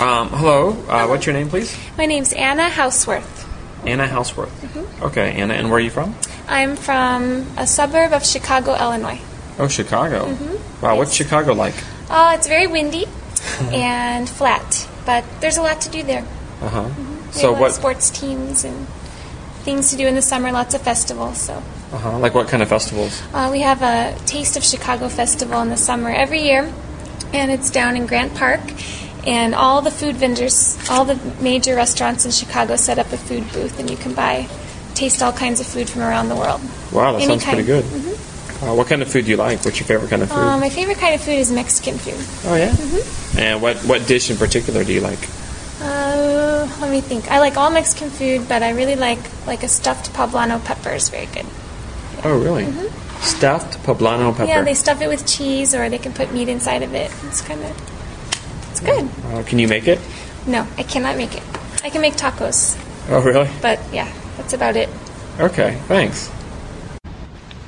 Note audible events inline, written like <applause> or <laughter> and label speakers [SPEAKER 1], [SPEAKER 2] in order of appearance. [SPEAKER 1] Um, hello. Uh, what's your name, please?
[SPEAKER 2] My name's Anna Houseworth.
[SPEAKER 1] Anna Houseworth. Okay, Anna, and where are you from?
[SPEAKER 2] I'm from a suburb of Chicago, Illinois.
[SPEAKER 1] Oh, Chicago. Wow, what's Chicago like?
[SPEAKER 2] Oh, it's
[SPEAKER 1] <laughs>
[SPEAKER 2] very windy and flat, but there's a lot to do there.
[SPEAKER 1] Uh huh.
[SPEAKER 2] We have a
[SPEAKER 1] So
[SPEAKER 2] lot of
[SPEAKER 1] what?
[SPEAKER 2] sports teams and things to do in the summer, lots of festivals. So
[SPEAKER 1] Uh-huh, like what kind of festivals?
[SPEAKER 2] uh, we have a Taste of Chicago festival in the summer every year, and it's down in Grant Park. And all the food vendors, all the major restaurants in Chicago set up a food booth, and you can buy, taste all kinds of food from around the world.
[SPEAKER 1] Wow, that
[SPEAKER 2] Any
[SPEAKER 1] sounds pretty
[SPEAKER 2] kind.
[SPEAKER 1] good. Uh, what kind of food do you like? What's your favorite kind of food?
[SPEAKER 2] Uh, my favorite kind of food is Mexican food.
[SPEAKER 1] oh yeah. And what what dish in particular do you like?
[SPEAKER 2] Uh, let me think. I like all Mexican food, but I really like like a stuffed poblano pepper is very good.
[SPEAKER 1] Oh really? Stuffed poblano pepper.
[SPEAKER 2] Yeah, they stuff it with cheese, or they can put meat inside of it. It's kind of it's good.
[SPEAKER 1] uh, can you <laughs> make it?
[SPEAKER 2] No, I cannot make it. I can make tacos,
[SPEAKER 1] Oh really?
[SPEAKER 2] but yeah, that's about it.
[SPEAKER 1] Okay, thanks.